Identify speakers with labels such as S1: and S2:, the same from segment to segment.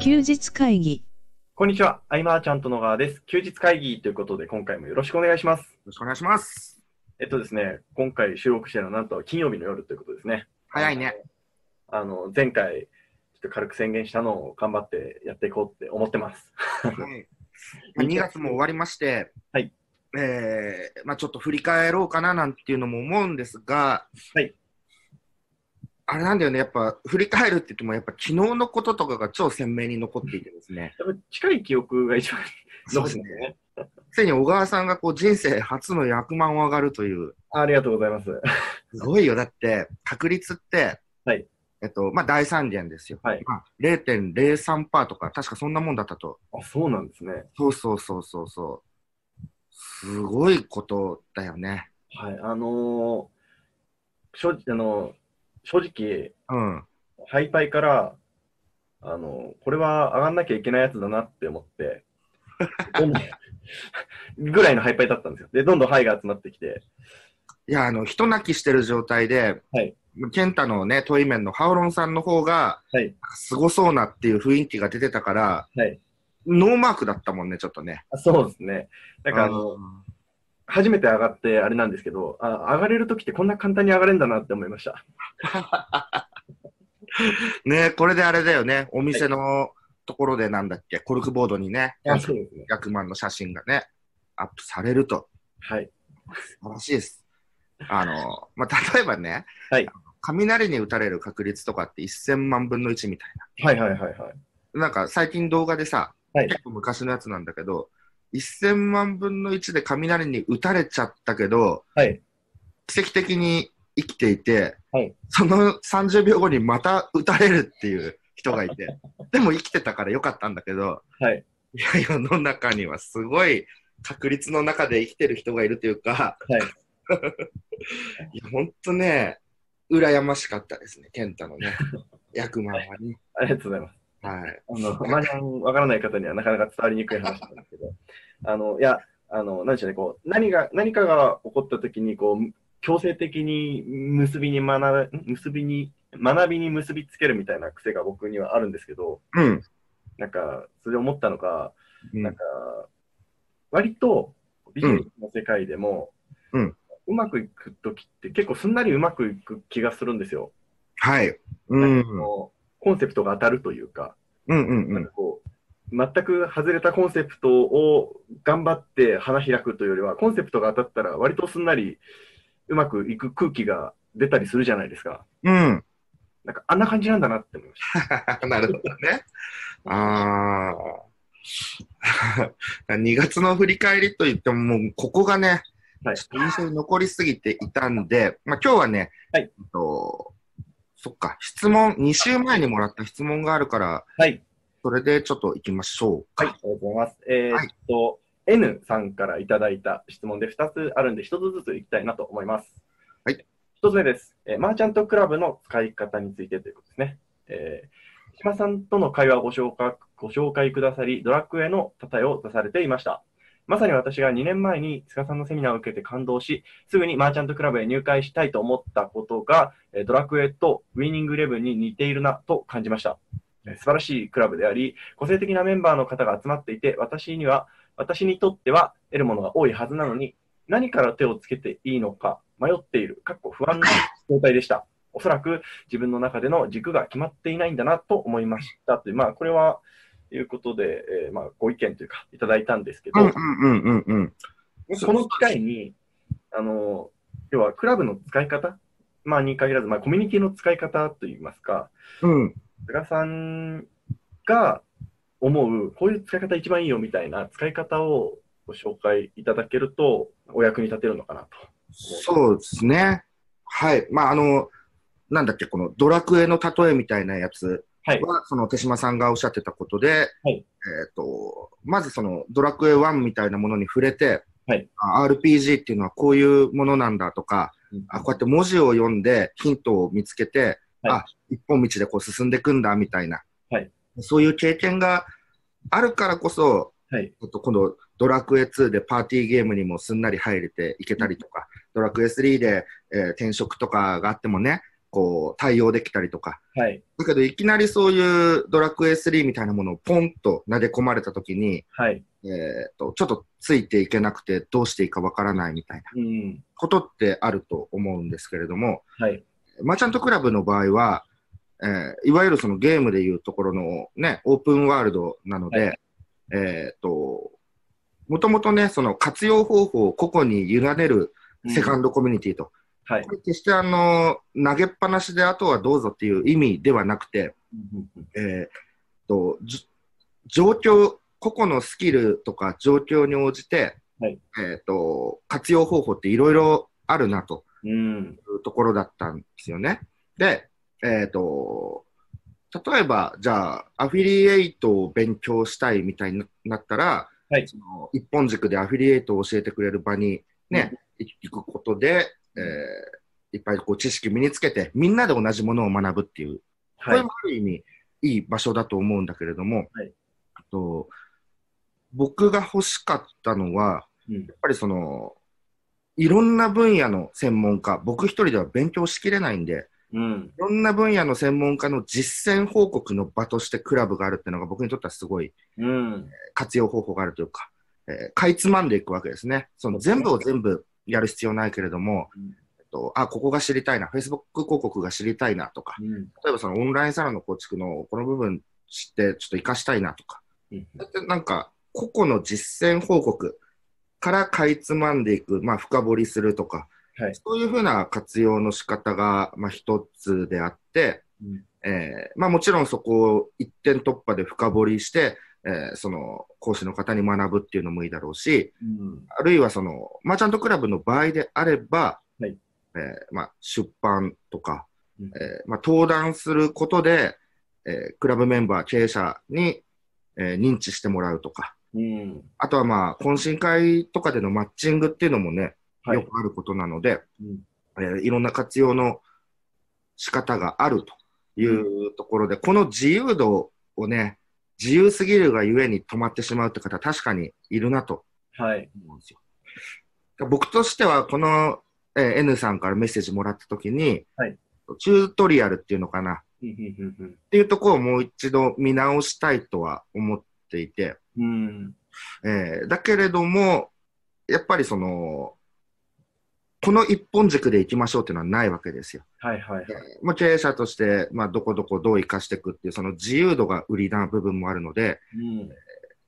S1: 休日会議。
S2: こんにちは、アイマーちゃんと野川です。休日会議ということで、今回もよろしくお願いします。
S3: よろしくお願いします。
S2: えっとですね、今回収録してるのはなんと金曜日の夜ということですね。
S3: 早いね。
S2: あの、前回、ちょっと軽く宣言したのを頑張ってやっていこうって思ってます。
S3: はいまあ2月も終わりまして、
S2: はい
S3: えーまあ、ちょっと振り返ろうかななんていうのも思うんですが、
S2: はい
S3: あれなんだよね、やっぱ振り返るって言っても、やっぱ昨日のこととかが超鮮明に残っていてですね、
S2: 多分近い記憶が一番
S3: そう
S2: 残って
S3: ですね
S2: ますね。
S3: ついに小川さんがこう人生初の役満を上がるという、
S2: ありがとうございます。は
S3: すごいよ、だって確率って、
S2: はい
S3: えっとまあ、大三元ですよ、
S2: はい
S3: まあ、0.03%とか、確かそんなもんだったと
S2: あ、そうなんですね。
S3: そうそうそうそうそう。すごいことだよね。
S2: はい、あのー正直、あの正直、
S3: うん。
S2: ハイパイから、あのこれは上がんなきゃいけないやつだなって思 って、どんどんぐらいのハイパイだったんですよ。で、どんどんハイが集まってきて、
S3: いや、あの、人泣きしてる状態で、
S2: はい
S3: ケンタのね、トイメンのハオロンさんの方が、
S2: はい
S3: すごそうなっていう雰囲気が出てたから、
S2: はい
S3: ノーマークだったもんね、ちょっとね。
S2: あそうですね。なんかあ
S3: う
S2: の、
S3: ん
S2: 初めて上がってあれなんですけど、あ上がれるときってこんな簡単に上がれるんだなって思いました。
S3: ね、これであれだよね、お店のところでなんだっけ、コルクボードにね、
S2: そうですね。
S3: 100万の写真がね、アップされると。
S2: はい。
S3: 素晴らしいです。あの、まあ、例えばね、
S2: はい
S3: 雷に打たれる確率とかって1000万分の1みたい
S2: はいはいはいはい。
S3: な。なんか最近動画でさ、
S2: はい
S3: 結構昔のやつなんだけど、1000万分の1で雷に打たれちゃったけど、
S2: はい
S3: 奇跡的に生きていて、
S2: はい
S3: その30秒後にまた打たれるっていう人がいて、でも生きてたからよかったんだけど、
S2: はい
S3: いや世の中にはすごい確率の中で生きてる人がいるという
S2: は
S3: か、
S2: い
S3: いや、ほんとね、羨ましかったですね、健太の ね、役満はね。
S2: ありがとうございます。
S3: はい。
S2: あの、マージャンわからない方にはなかなか伝わりにくい話なんですけど、 あの、いや、あの、なんでしょうね、こう、何が、何かが起こったときに、こう、強制的に結びに学び、ん結びに、学びに結びつけるみたいな癖が僕にはあるんですけど、
S3: うん。
S2: なんか、それ思ったのが、
S3: うん
S2: なんか、割とビジネスの世界でも、
S3: うん
S2: うまくいくときって結構すんなりうまくいく気がするんですよ。
S3: はい。うん。うん
S2: こうコンセプトが当たるというか。
S3: うんう
S2: なん
S3: ん。
S2: かこう、全く外れたコンセプトを頑張って花開くというよりは、コンセプトが当たったら、割とすんなりうまくいく空気が出たりするじゃないですか。
S3: うん。
S2: なんか、あんな感じなんだなって思いました。
S3: なるほどね。あ あ。2月の振り返りといっても、もうここがね、
S2: はい
S3: ちょっと印象に残りすぎていたんで、まあ、今日はね、
S2: はい
S3: えっと、そっか、質問、2週前にもらった質問があるから、
S2: はい。
S3: それでちょっと行きましょうか。
S2: はい、ありがとうございます。えー
S3: はい
S2: っと、N さんからいただいた質問で2つあるんで、1つずついきたいなと思います。
S3: はい。
S2: 1つ目です。えーマーチャントクラブの使い方についてということですね。えー、島さんとの会話をご紹介ご紹介くださり、ドラッグへの例えを出されていました。まさに私が2年前に塚さんのセミナーを受けて感動し、すぐにマーチャントクラブへ入会したいと思ったことが、えードラクエとウィニングイレブンに似ているなと感じました。えー素晴らしいクラブであり、個性的なメンバーの方が集まっていて、私には、私にとっては得るものが多いはずなのに、何から手をつけていいのか迷っている、かっこ不安な状態でした。おそらく自分の中での軸が決まっていないんだなと思いましたという、まあ、これは、いうことで、えーまあ、ご意見というか、いただいたんですけど、
S3: うんうんうんうんうん。
S2: この機会に、あの、要は、クラブの使い方、まあ、に限らず、まあ、コミュニティの使い方といいますか、
S3: うん。
S2: 菅さんが思う、こういう使い方一番いいよみたいな使い方をご紹介いただけると、お役に立てるのかなと。
S3: そうですね。はい。まあ、あの、なんだっけ、このドラクエの例えみたいなやつ
S2: はい。
S3: は、その手島さんがおっしゃってたことで、
S2: はい
S3: えっ、と、まずそのドラクエ1みたいなものに触れて、
S2: はい
S3: あ RPG っていうのはこういうものなんだとか、
S2: うん
S3: あこうやって文字を読んでヒントを見つけて、
S2: はい
S3: あ一本道でこう進んでいくんだみたいな、
S2: はい
S3: そういう経験があるからこそ、
S2: はい。
S3: ちょっと今度、ドラクエ2でパーティーゲームにもすんなり入れていけたりとか、ドラクエ3で、えー転職とかがあってもね、こう、対応できたりとか。
S2: はい。
S3: だけど、いきなりそういうドラクエ3みたいなものをポンと投げ込まれたときに、
S2: はい。
S3: えっと、ちょっとついていけなくて、どうしていいかわからないみたいな
S2: うん。
S3: ことってあると思うんですけれども、
S2: はい。
S3: マーチャントクラブの場合は、えーいわゆるそのゲームでいうところのね、オープンワールドなので、
S2: は
S3: えーっと、もともとね、その活用方法を個々に委ねるセカ
S2: ン
S3: ンドコミュニティと、
S2: ド。はい
S3: こ。れ決してあの、投げっぱなしであとはどうぞっていう意味ではなくて、
S2: うんうん
S3: えーっと、じ状況、個々のスキルとか状況に応じて、
S2: はい
S3: えーっと、活用方法っていろいろあるなと。
S2: うん。
S3: ところだったんですよね。で、えっ、と、例えば、じゃあ、アフィリエイトを勉強したいみたいになったら、
S2: はい
S3: その一本軸でアフィリエイトを教えてくれる場にね、行くことで、えーいっぱいこう知識身につけて、みんなで同じものを学ぶっていう、こ
S2: は
S3: れ
S2: い
S3: も。ある意味、いい場所だと思うんだけれども、
S2: はい
S3: あと僕が欲しかったのは、
S2: うん
S3: やっぱりその、いろんな分野の専門家、僕一人では勉強しきれないんで、
S2: うん。
S3: いろんな分野の専門家の実践報告の場としてクラブがあるっていうのが僕にとってはすごい
S2: うん。
S3: 活用方法があるというか、えーかいつまんでいくわけですね。その全部を全部やる必要ないけれども、
S2: うん
S3: えっと、あ、ここが知りたいな、Facebook 広告が知りたいなとか、
S2: うん
S3: 例えばそのオンラインサロンの構築のこの部分知ってちょっと活かしたいなとか、
S2: うん
S3: だってなんか個々の実践報告からかいつまんでいく、まあ、深掘りするとか、
S2: はい
S3: そういうふうな活用の仕方がまあ一つであって、
S2: うん
S3: えーまあ、もちろんそこを一点突破で深掘りして、えーその講師の方に学ぶっていうのもいいだろうし
S2: うん。
S3: あるいはそのマーチャントクラブの場合であれば、
S2: はい
S3: えーまあ、出版とか、
S2: うん
S3: えーまあ、登壇することで、えークラブメンバー、経営者に、えー認知してもらうとか、
S2: うん。
S3: あとはまあ、懇親会とかでのマッチングっていうのもね、
S2: は
S3: よ
S2: い。
S3: くあることなので、
S2: うん
S3: えーいろんな活用の仕方があるというところで、この自由度をね、自由すぎるがゆえに止まってしまうって方、確かにいるなと
S2: はい。
S3: 思うんですよ。僕としては、この、えー N さんからメッセージもらったときに、
S2: はい
S3: チュートリアルっていうのかな、
S2: うんうんうん
S3: っていうところをもう一度見直したいとは思っていて、
S2: うん。うん。
S3: えーだけれども、やっぱりその、この一本軸でいきましょうっていうのはないわけですよ。
S2: はいはいはい。
S3: まあ、経営者として、まあ、どこどこどう生かしていくっていう、その自由度が売りな部分もあるので、
S2: うん。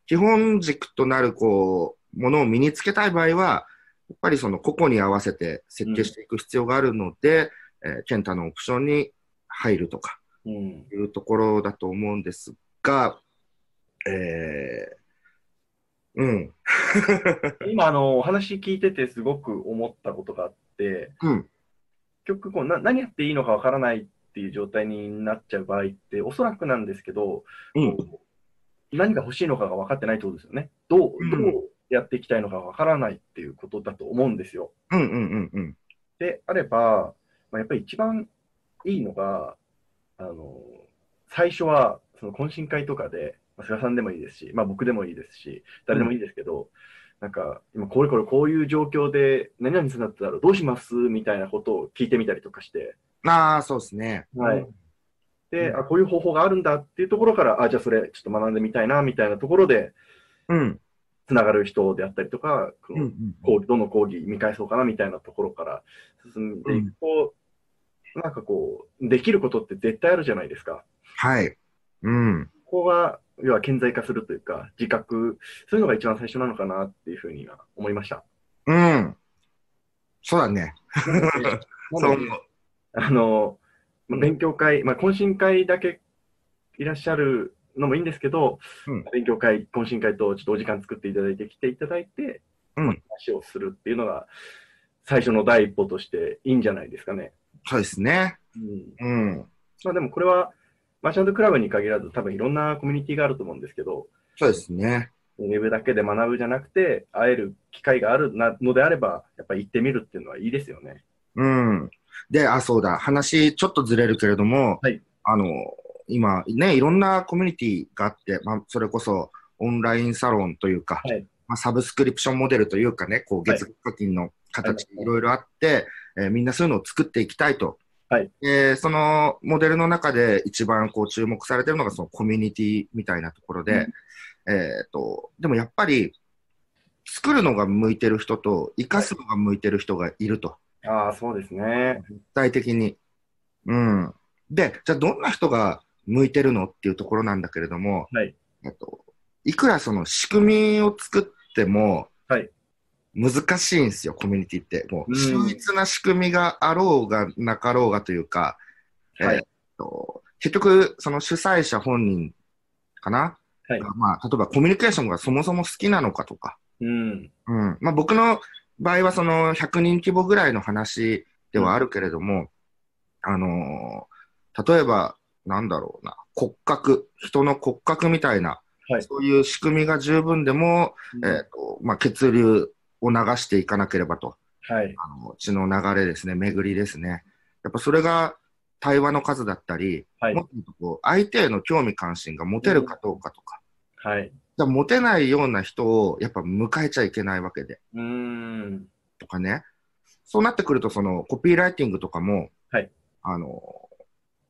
S3: 基本軸となる、こう、ものを身につけたい場合は、やっぱりその個々に合わせて設計していく必要があるので、えーケンタのオプションに入るとか、
S2: うん。
S3: いうところだと思うんですが、えー、うん、
S2: 今、あの、お話聞いててすごく思ったことがあって、
S3: うん、
S2: 結局こうな、何やっていいのかわからないっていう状態になっちゃう場合って、おそらくなんですけど、
S3: うん、
S2: こう何が欲しいのかが分かってないってことですよね。どう、
S3: うん
S2: どうやっていきたいのかわからないっていうことだと思うんですよ。
S3: うん、うん、うん、
S2: であれば、まあ、やっぱり一番いいのが、あの、最初は、その懇親会とかで、まあ、菅さんでもいいですし、まあ僕でもいいですし、誰でもいいですけど、なんか、今これこれこういう状況で、何々するんだったらどうしますみたいなことを聞いてみたりとかして、
S3: ああ、そうですね。
S2: はいで、
S3: うん
S2: あ、こういう方法があるんだっていうところから、あ、じゃあそれちょっと学んでみたいな、みたいなところで、
S3: うん、
S2: つながる人であったりとか、こ
S3: うん、う
S2: の
S3: ん、
S2: 講義どの講義見返そうかなみたいなところから進んでいくと、なんかこう、できることって絶対あるじゃないですか。
S3: はい、うん、
S2: ここが、要は顕在化するというか、自覚、そういうのが一番最初なのかなっていうふうには思いました。
S3: うん、そうだね。
S2: なので
S3: そう思う。
S2: あの、まあ
S3: うん
S2: 勉強会、まあ、懇親会だけいらっしゃるのもいいんですけど、
S3: うん
S2: 勉強会、懇親会とちょっとお時間作っていただいて、来ていただいて、
S3: うん
S2: まあ話をするっていうのが、最初の第一歩としていいんじゃないですかね。
S3: そうですね。
S2: うん、
S3: うん、
S2: まあでもこれは、マーチャントクラブに限らず、多分いろんなコミュニティがあると思うんですけど、
S3: そうですね。
S2: ウェブだけで学ぶじゃなくて、会える機会があるなのであれば、やっぱり行ってみるっていうのはいいですよね。
S3: うん。で、あ、そうだ、話ちょっとずれるけれども、
S2: はい
S3: あの、今ね、いろんなコミュニティがあって、まあ、それこそオンラインサロンというか、
S2: はい
S3: まあ、サブスクリプションモデルというかね、こう
S2: はい
S3: 月額課金の形、
S2: はい
S3: い、ろいろあって、えーみんなそういうのを作っていきたいと
S2: はい
S3: でそのモデルの中で一番こう注目されてるのがそのコミュニティみたいなところで、えー、とでもやっぱり作るのが向いてる人と生かすのが向いてる人がいると
S2: ああ、そうですね。
S3: 具体的に。うん、でじゃあどんな人が向いてるのっていうところなんだけれども、
S2: はい
S3: えっと、いくらその仕組みを作っても、
S2: はい
S3: 難しいんですよコミュニティっても
S2: う
S3: う
S2: ん
S3: 秀逸な仕組みがあろうがなかろうがというか、
S2: はい
S3: えっと結局その主催者本人かな、
S2: はい
S3: まあ、例えばコミュニケーションがそもそも好きなのかとか、
S2: うん。
S3: うんまあ、僕の場合はその100人規模ぐらいの話ではあるけれども、あのー例えば、なんだろうな、骨格、人の骨格みたいな、
S2: はい
S3: そういう仕組みが十分でも、え
S2: は
S3: ーとまあ、血流を流していかなければと、
S2: い。
S3: あの血の流れですね、巡りですね。やっぱそれが対話の数だったり、
S2: はい
S3: もっと言うとこう相手への興味関心が持てるかどうかとか、
S2: はい。
S3: じゃあ持てないような人をやっぱ迎えちゃいけないわけで。
S2: うーん。
S3: とかね、そうなってくると、そのコピーライティングとかも、
S2: はい
S3: あの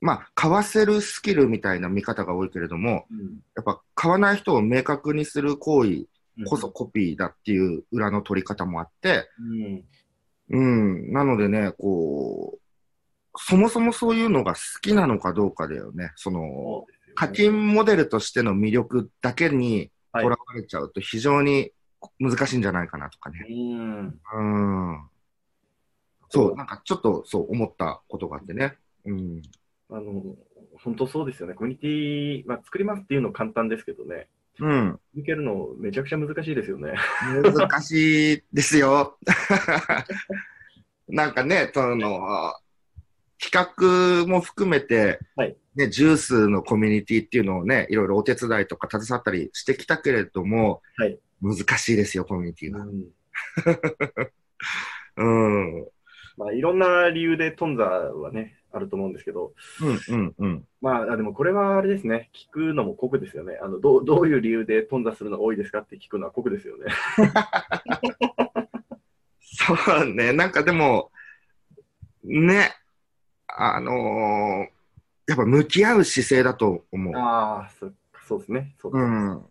S3: まあ、買わせるスキルみたいな見方が多いけれども、
S2: うん
S3: やっぱ買わない人を明確にする行為こそ。コピーだっていう裏の取り方もあって、
S2: うん。
S3: うん、なのでね、こう、そもそもそういうのが好きなのかどうかだよね、その
S2: そうですよね
S3: 課金モデルとしての魅力だけに
S2: は
S3: と
S2: い
S3: らわれちゃうと、非常に難しいんじゃないかなとかね。
S2: うん。
S3: うんそう、なんかちょっとそう思ったことがあってね。うん。
S2: あの、本当そうですよね。コミュニティ、まあ、作りますっていうの簡単ですけどね。
S3: うん。
S2: 続けるのめちゃくちゃ難しいですよね。
S3: 難しいですよ。 なんかね、その、比較も含めて、
S2: はい
S3: ね、ジュースのコミュニティっていうのをね、いろいろお手伝いとか携わったりしてきたけれども、
S2: はい
S3: 難しいですよ、コミュニティ
S2: う
S3: が。
S2: ん
S3: うん。うん
S2: まあ、いろんな理由で頓挫はね、あると思うんですけど、
S3: うんうん。
S2: まあ、あでもこれはあれですね、聞くのも酷ですよね。あのどうどういう理由で頓挫するの多いですかって聞くのは酷ですよね。
S3: そうね、なんかでも、ね、あのーやっぱ向き合う姿勢だと思う。
S2: ああ、そっかそうですね。そう
S3: う
S2: ですね
S3: ん。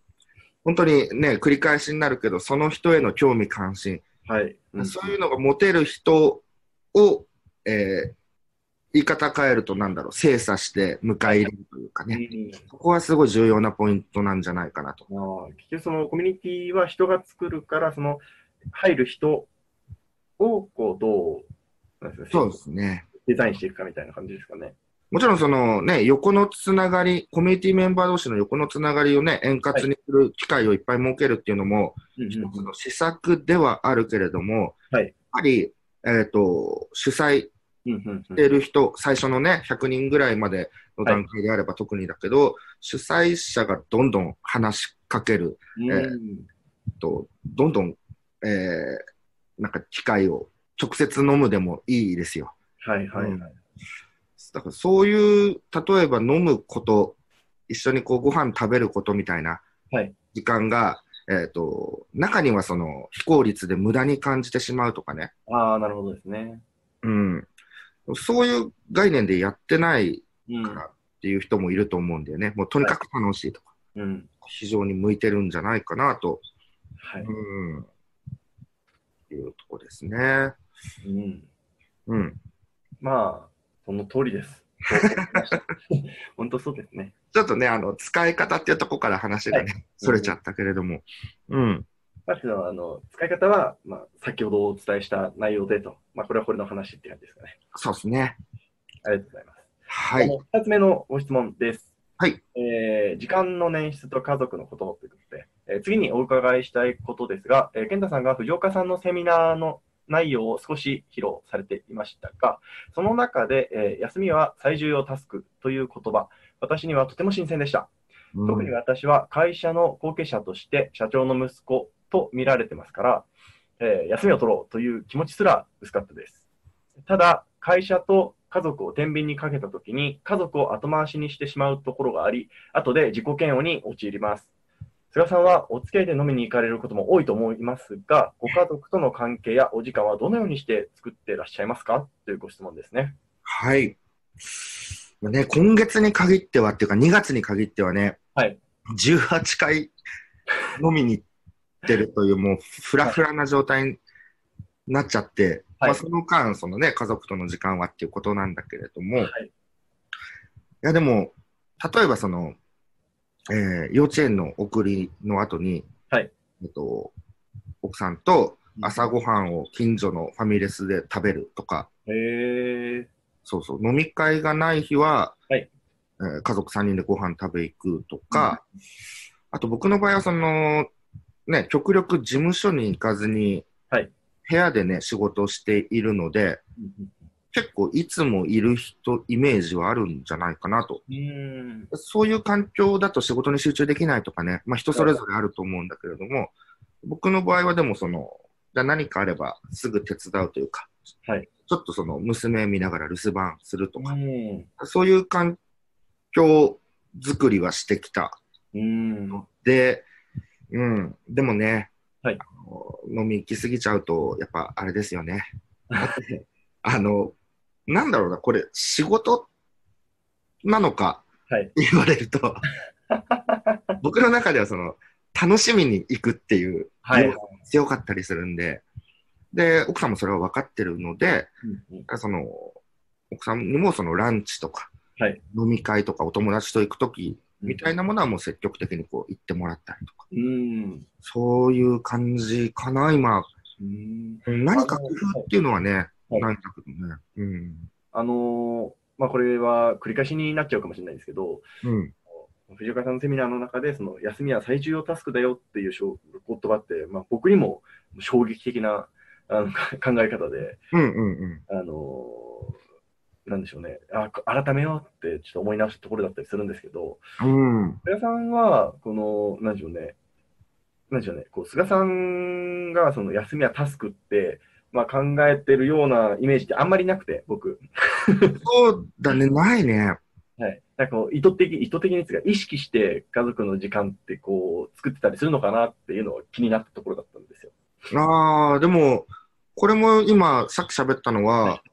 S3: 本当にね、繰り返しになるけど、その人への興味関心、
S2: はい。うん
S3: そういうのが持てる人を、えー言い方変えるとなんだろう、精査して迎え入れるというかね、そこはすごい重要なポイントなんじゃないかなと。
S2: うんああ結局そのコミュニティは人が作るから、その入る人をこうどうなんですか
S3: そうですね。
S2: デザインしていくかみたいな感じですかね。
S3: もちろんそのね、横のつながり、コミュニティメンバー同士の横のつながりをね、円滑にする機会をいっぱい設けるっていうのも、
S2: うん
S3: 一つの施策ではあるけれども、
S2: はい
S3: やっぱり、えっ、と、主催
S2: うんうん
S3: している人、最初のね、100人ぐらいまでの段階であれば特にだけど、主催者がどんどん話しかける
S2: うん
S3: えと、どんどん、えー、なんか機会を直接飲むでもいいですよ。
S2: はいはいはい。
S3: だからそういう、例えば飲むこと、一緒にこうご飯食べることみたいな
S2: はい
S3: 時間が、えっ、と、中にはその非効率で無駄に感じてしまうとかね。
S2: ああ、なるほどですね。
S3: うん。そういう概念でやってない
S2: うん
S3: からっていう人もいると思うんだよね。もうとにかく楽しいとか、
S2: うん。
S3: 非常に向いてるんじゃないかなと。
S2: は
S3: う
S2: い。
S3: ん。いうとこですね。
S2: うん
S3: うん。
S2: まあ、その通りです。 本当そうですね。
S3: ちょっとね、あの、使い方っていうとこから話がね、それちゃったけれども。うん
S2: まずはあの使い方は、まあ、先ほどお伝えした内容でと、まあ、これはこれの話って感じですかね。
S3: そうですね。
S2: ありがとうございます。
S3: は
S2: あ
S3: い。
S2: の2つ目のご質問です。
S3: はい
S2: えー時間の捻出と家族のことということで、えー次にお伺いしたいことですが、えー、健太さんが藤岡さんのセミナーの内容を少し披露されていましたが、その中で、えー休みは最重要タスクという言葉、私にはとても新鮮でした。特に私は会社の後継者として社長の息子と見られてますから、えー休みを取ろうという気持ちすら薄かったです。ただ、会社と家族を天秤にかけたときに、家族を後回しにしてしまうところがあり、後で自己嫌悪に陥ります。菅さんはお付き合いで飲みに行かれることも多いと思いますが、ご家族との関係やお時間はどのようにして作ってらっしゃいますかというご質問ですね。
S3: はい。まあね、今月に限ってはっていうか、2月に限ってはね、
S2: はい
S3: 18回飲みに行ってるという、もうフラフラな状態になっちゃって、
S2: はい
S3: まあ、その間、そのね、家族との時間はっていうことなんだけれども、い、
S2: はい
S3: や、でも、例えばその、えー幼稚園の送りの後に、
S2: はい
S3: えっと、奥さんと朝ごはんを近所のファミレスで食べるとか、
S2: へえ
S3: そうそう、飲み会がない日は、
S2: はい
S3: えー家族3人でご飯食べ行くとか、あと僕の場合は、その、ね、極力事務所に行かずに、
S2: はい
S3: 部屋でね、仕事をしているので、結構いつもいる人、イメージはあるんじゃないかなと。
S2: うん
S3: そういう環境だと仕事に集中できないとかね、まあ人それぞれあると思うんだけれども、僕の場合はでもその、じゃあ何かあればすぐ手伝うというか、
S2: はい
S3: ちょっとその娘見ながら留守番すると
S2: う
S3: か、
S2: ん
S3: そういう環境作りはしてきた
S2: うん
S3: ので、うん、でもね、
S2: はい
S3: あの飲み行き過ぎちゃうと、やっぱあれですよ ね。あの、なんだろうな、これ、仕事なのか、
S2: はい
S3: 言われ ると、僕の中ではその、楽しみに行くっていう、
S2: はい
S3: 要素が強かったりするんで、で、奥さんもそれは分かってるので、だからその奥さんにもそのランチとか、
S2: はい
S3: 飲み会とかお友達と行くときみたい
S2: な。
S3: なものはもう積極的にこう行ってもらったりとか、
S2: うん。
S3: そういう感じかな、今。
S2: うん
S3: 何か工夫っていうのはね、
S2: はい
S3: ないんだけどね。うん。
S2: あのーまあ、これは繰り返しになっちゃうかもしれないんですけど、
S3: うん。
S2: 藤岡さんのセミナーの中で、その休みは最重要タスクだよっていうしょ言葉って、まあ、僕にも衝撃的なあの考え方で、
S3: うんうん
S2: あのーなんでしょうねあ、改めようってちょっと思い直したところだったりするんですけど、
S3: うん。うん。
S2: 菅さんは、この、なんでしょうね、なんでしょうね、こう菅さんがその休みはタスクって、まあ、考えてるようなイメージってあんまりなくて、僕。
S3: そうだね、ないね。
S2: はい、なんかこう意図的、意図的にですが、意識して家族の時間ってこう作ってたりするのかなっていうのは気になったところだったんですよ。
S3: ああ、でも、これも今、さっき喋ったの
S2: は
S3: は、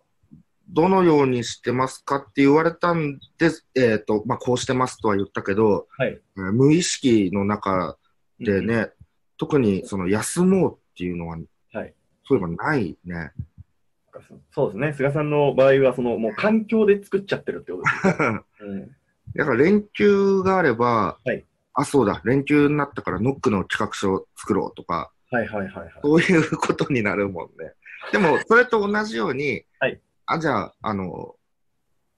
S3: どのようにしてますかって言われたんです、えっ、と、まあ、こうしてますとは言ったけど、
S2: はい。
S3: えー無意識の中でね、特にその休もうっていうのは、
S2: はい
S3: そういえばないね。
S2: なんかそ。そうですね。菅さんの場合は、そのもう環境で作っちゃってるってことです
S3: だ
S2: よね。
S3: から連休があれば、
S2: はい
S3: あ、そうだ、連休になったからノックの企画書を作ろうとか、
S2: うん、はいはいはいはい。
S3: そういうことになるもんね。でも、それと同じように、
S2: はい
S3: あ、じゃあ、あの、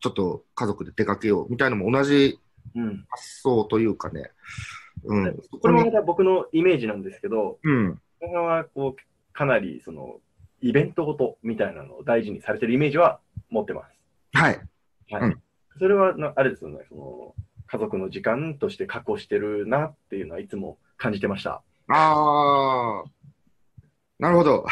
S3: ちょっと家族で出かけようみたいなのも同じ
S2: うん。
S3: 発想というかね。うん。そ
S2: こ
S3: こ
S2: れも
S3: に
S2: また僕のイメージなんですけど、
S3: うん。
S2: 菅さんはこうかなりそのイベントごとみたいなのを大事にされてるイメージは持ってます。
S3: はい。
S2: はい。
S3: うん
S2: それはな、あれですよね、その、家族の時間として確保してるなっていうのはいつも感じてました。
S3: ああ、なるほど。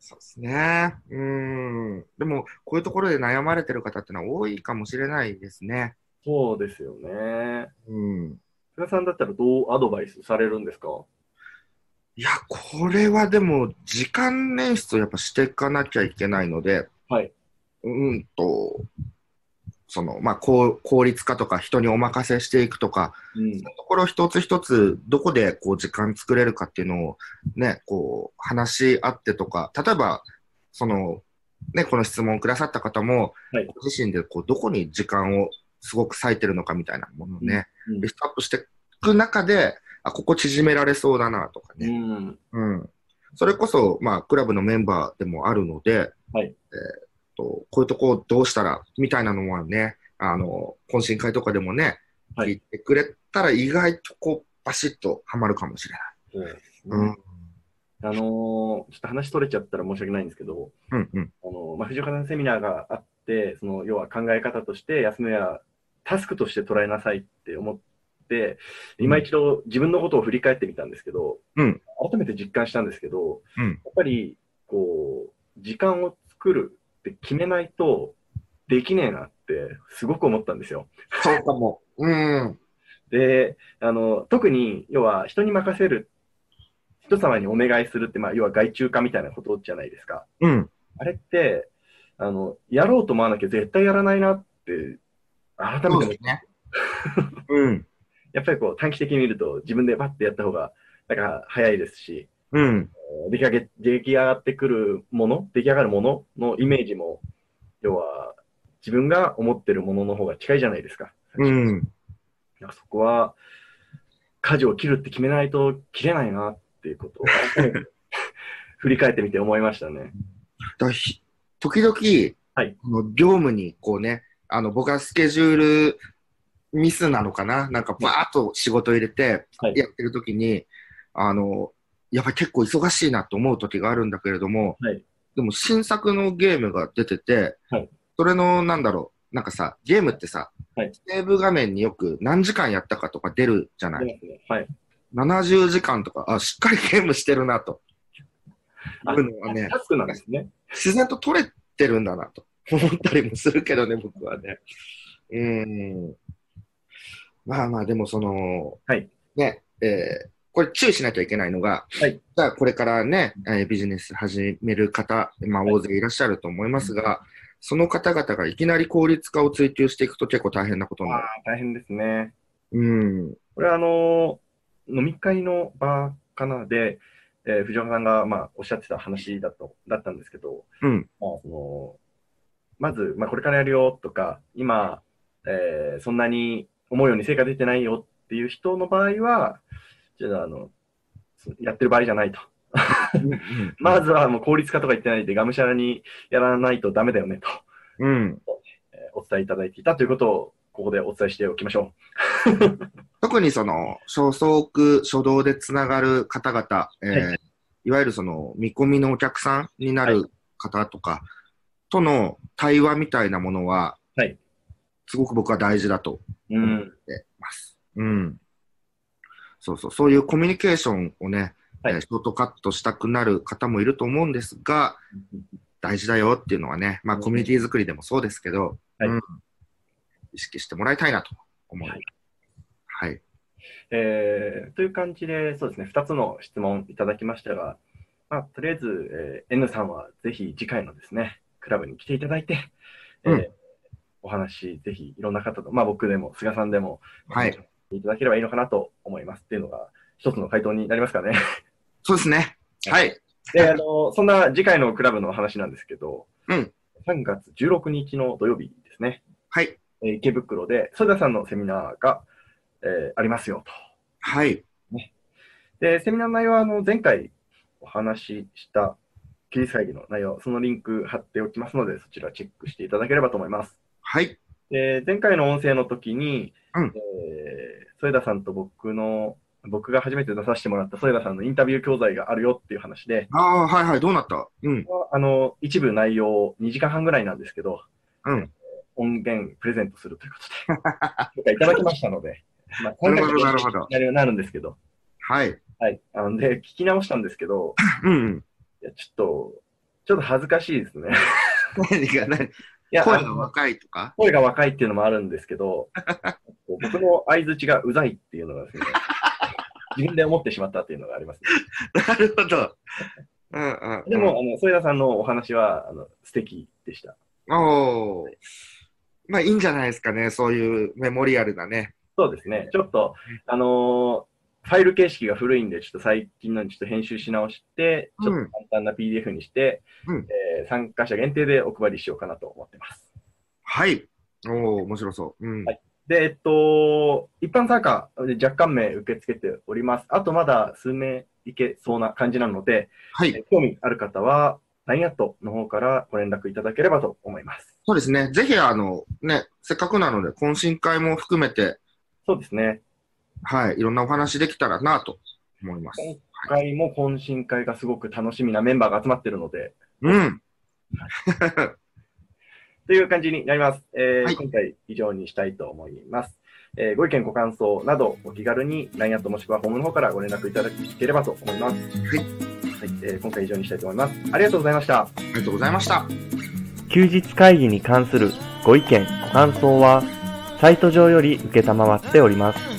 S3: そうですね。うん。でも、こういうところで悩まれてる方ってのは多いかもしれないですね。
S2: そうですよね。
S3: うん。
S2: 菅さんだったらどうアドバイスされるんですか
S3: いや、これはでも、時間捻出をやっぱしていかなきゃいけないので、
S2: はい。
S3: うんと、その、まあ、効効率化とか、人にお任せしていくとか、
S2: うん
S3: ところ一つ一つ、どこでこう時間作れるかっていうのをね、こう話し合ってとか、例えば、その、ね、この質問くださった方も、
S2: はい
S3: ご自身でこうどこに時間をすごく割いてるのかみたいなものをね、
S2: うん
S3: リストアップしていく中で、あ、ここ縮められそうだなとかね。
S2: うん。
S3: うん。それこそ、まあ、クラブのメンバーでもあるので、
S2: はい
S3: えーっと、こういうとこどうしたら、みたいなのはね、あの、懇親会とかでもね、
S2: はい
S3: 聞いてくれたら意外とこう、バシッとはまるかもしれない。
S2: そうですね
S3: うん。
S2: あのーちょっと話取れちゃったら申し訳ないんですけど、
S3: うんうん。
S2: あのーまあ、藤岡さんのセミナーがあって、その、要は考え方として、休みはタスクとして捉えなさいって思って、今一度自分のことを振り返ってみたんですけど、
S3: うん
S2: 改めて実感したんですけど、
S3: うん。
S2: やっぱり、こう、時間を作るって決めないとできねえなって、すごく思ったんですよ。
S3: そうかも。うん。
S2: で、あの、特に、要は人に任せる、人様にお願いするって、まあ、要は外注化みたいなことじゃないですか。
S3: うん。
S2: あれって、あの、やろうと思わなきゃ絶対やらないなって、改めて
S3: そ
S2: 思
S3: う
S2: っ
S3: ですね。うん。
S2: やっぱりこう短期的に見ると自分でバッてやった方がなんか早いですし、
S3: うん。
S2: えー出来上げ出来上がってくるもの、出来上がるもののイメージも、要は自分が思ってるものの方が近いじゃないですか。
S3: うん。
S2: いやそこは、舵を切るって決めないと切れないなっていう ことを改めて振り返ってみて思いましたね。
S3: だひ時々、
S2: はい
S3: この業務にこうね、あの僕はスケジュールミスなのかな、なんかばーっと仕事入れて
S2: はい
S3: やってる時に、あのやっぱり結構忙しいなと思う時があるんだけれども、
S2: はい
S3: でも新作のゲームが出てて、
S2: はい
S3: それのなんだろう、なんかさ、ゲームってさ、
S2: はい
S3: セーブ画面によく何時間やったかとか出るじゃない。
S2: はい。
S3: 70時間とか、あ、しっかりゲームしてるなと。
S2: あ
S3: いうのはね、
S2: タスクなんですね。
S3: 自然と取れてるんだなと思ったりもするけどね、僕はね。うん。まあまあ、でもその、
S2: はい
S3: ね、えーこれ注意しなきゃいけないのが、
S2: はい
S3: じゃあこれからね、えービジネス始める方、まあ大勢いらっしゃると思いますが、その方々がいきなり効率化を追求していくと結構大変なことにな
S2: あ
S3: る。
S2: あ、大変ですね。
S3: うん。
S2: これはあの飲み会の場かなで、えー藤岡さんが、まあ、おっしゃってた話だとだったんですけど、
S3: うん。
S2: まあ、そのまず、まあ、これからやるよとか、今、えーそんなに思うように成果出てないよっていう人の場合は、ちょっとあのそやってる場合じゃないと。まずはもう効率化とか言ってないで、がむしゃらにやらないとダメだよねと、
S3: うん。
S2: えーお伝えいただいていたということを、ここでお伝えしておきましょ
S3: 特にその、初速、初動でつながる方々、えー、
S2: はい
S3: わゆるその、見込みのお客さんになる方とか、との対話みたいなものは、
S2: はい
S3: すごく僕は大事だと
S2: う。う
S3: 思
S2: ん。
S3: ってます。うん。そうそう、そういうコミュニケーションをね、
S2: はい
S3: えーショートカットしたくなる方もいると思うんですが、大事だよっていうのはね、まあ、
S2: うん
S3: コミュニティ作りでもそうですけど、
S2: はい
S3: うん意識してもらいたいなと思う。
S2: はい
S3: はい。
S2: えーという感じで、そうですね、2つの質問いただきましたが、まあ、とりあえず、えー N さんはぜひ次回のですね、クラブに来ていただいて、えー
S3: うん
S2: お話、ぜひいろんな方と、まあ、僕でも、菅さんでも、
S3: はい。
S2: いただければいいのかなと思いますっていうのが、一つの回答になります かね。
S3: そうですね。はい。
S2: で、あの、そんな次回のクラブの話なんですけど、
S3: うん
S2: 3月16日の土曜日ですね、
S3: はい。
S2: えー池袋で、ソ田さんのセミナーが、えーありますよと。
S3: はい。
S2: で、セミナーの内容は、あの、前回お話しした、キリス会議の内容、そのリンク貼っておきますので、そちらチェックしていただければと思います。
S3: はい。
S2: で、前回の音声の時に、
S3: うん
S2: えー添田さんと僕の、僕が初めて出させてもらった添田さんのインタビュー教材があるよっていう話で、
S3: ああ、はいはい。どうなったうん。
S2: あの、一部内容2時間半ぐらいなんですけど、
S3: うん
S2: 音源プレゼントするということで、許可いただきましたので、まあ、
S3: なるほど、なるほど。
S2: 内容になるんですけど、
S3: はい。
S2: はい。あので、聞き直したんですけど、
S3: うんうん。
S2: いや、ちょっと、ちょっと恥ずかしい ですね。
S3: 何が何
S2: いや、
S3: 声
S2: あ
S3: が
S2: の
S3: 若いとか
S2: 声が若いっていうのもあるんですけど、 こう僕の相づちがうざいっていうのがですね、 自分で思ってしまったっていうのがあります、
S3: なるほど。うんうんうん。
S2: でも、、あの、添田さんのお話は、あの、素敵でした。
S3: おお。まあ、いいんじゃないですかね。そういうメモリアルなね。
S2: そうですね。ちょっと、あのーファイル形式が古いんで、ちょっと最近のにちょっと編集し直して、ちょっと簡単な PDF にして、
S3: うん
S2: えー参加者限定でお配りしようかなと思ってます。
S3: はい。おお、面白そう。うん。
S2: はいで、えっと、一般参加、若干名受け付けております。あとまだ数名いけそうな感じなので、
S3: はい。
S2: 興味ある方は、LINE アットの方からご連絡いただければと思います。
S3: そうですね。ぜひ、あの、ね、せっかくなので、懇親会も含めて、
S2: そうですね。
S3: はい。いろんなお話できたらなと思います。
S2: 今回も懇親会がすごく楽しみなメンバーが集まってるので、
S3: うん。
S2: という感じになります。えー
S3: はい
S2: 今回以上にしたいと思います。えーご意見、ご感想などお気軽に LINE アットもしくはホームの方からご連絡いただければと思います。
S3: はい
S2: はいえー今回以上にしたいと思います。ありがとうございました。
S3: ありがとうございました。
S2: 休日会議に関するご意見、ご感想は、サイト上より受けたまわっております。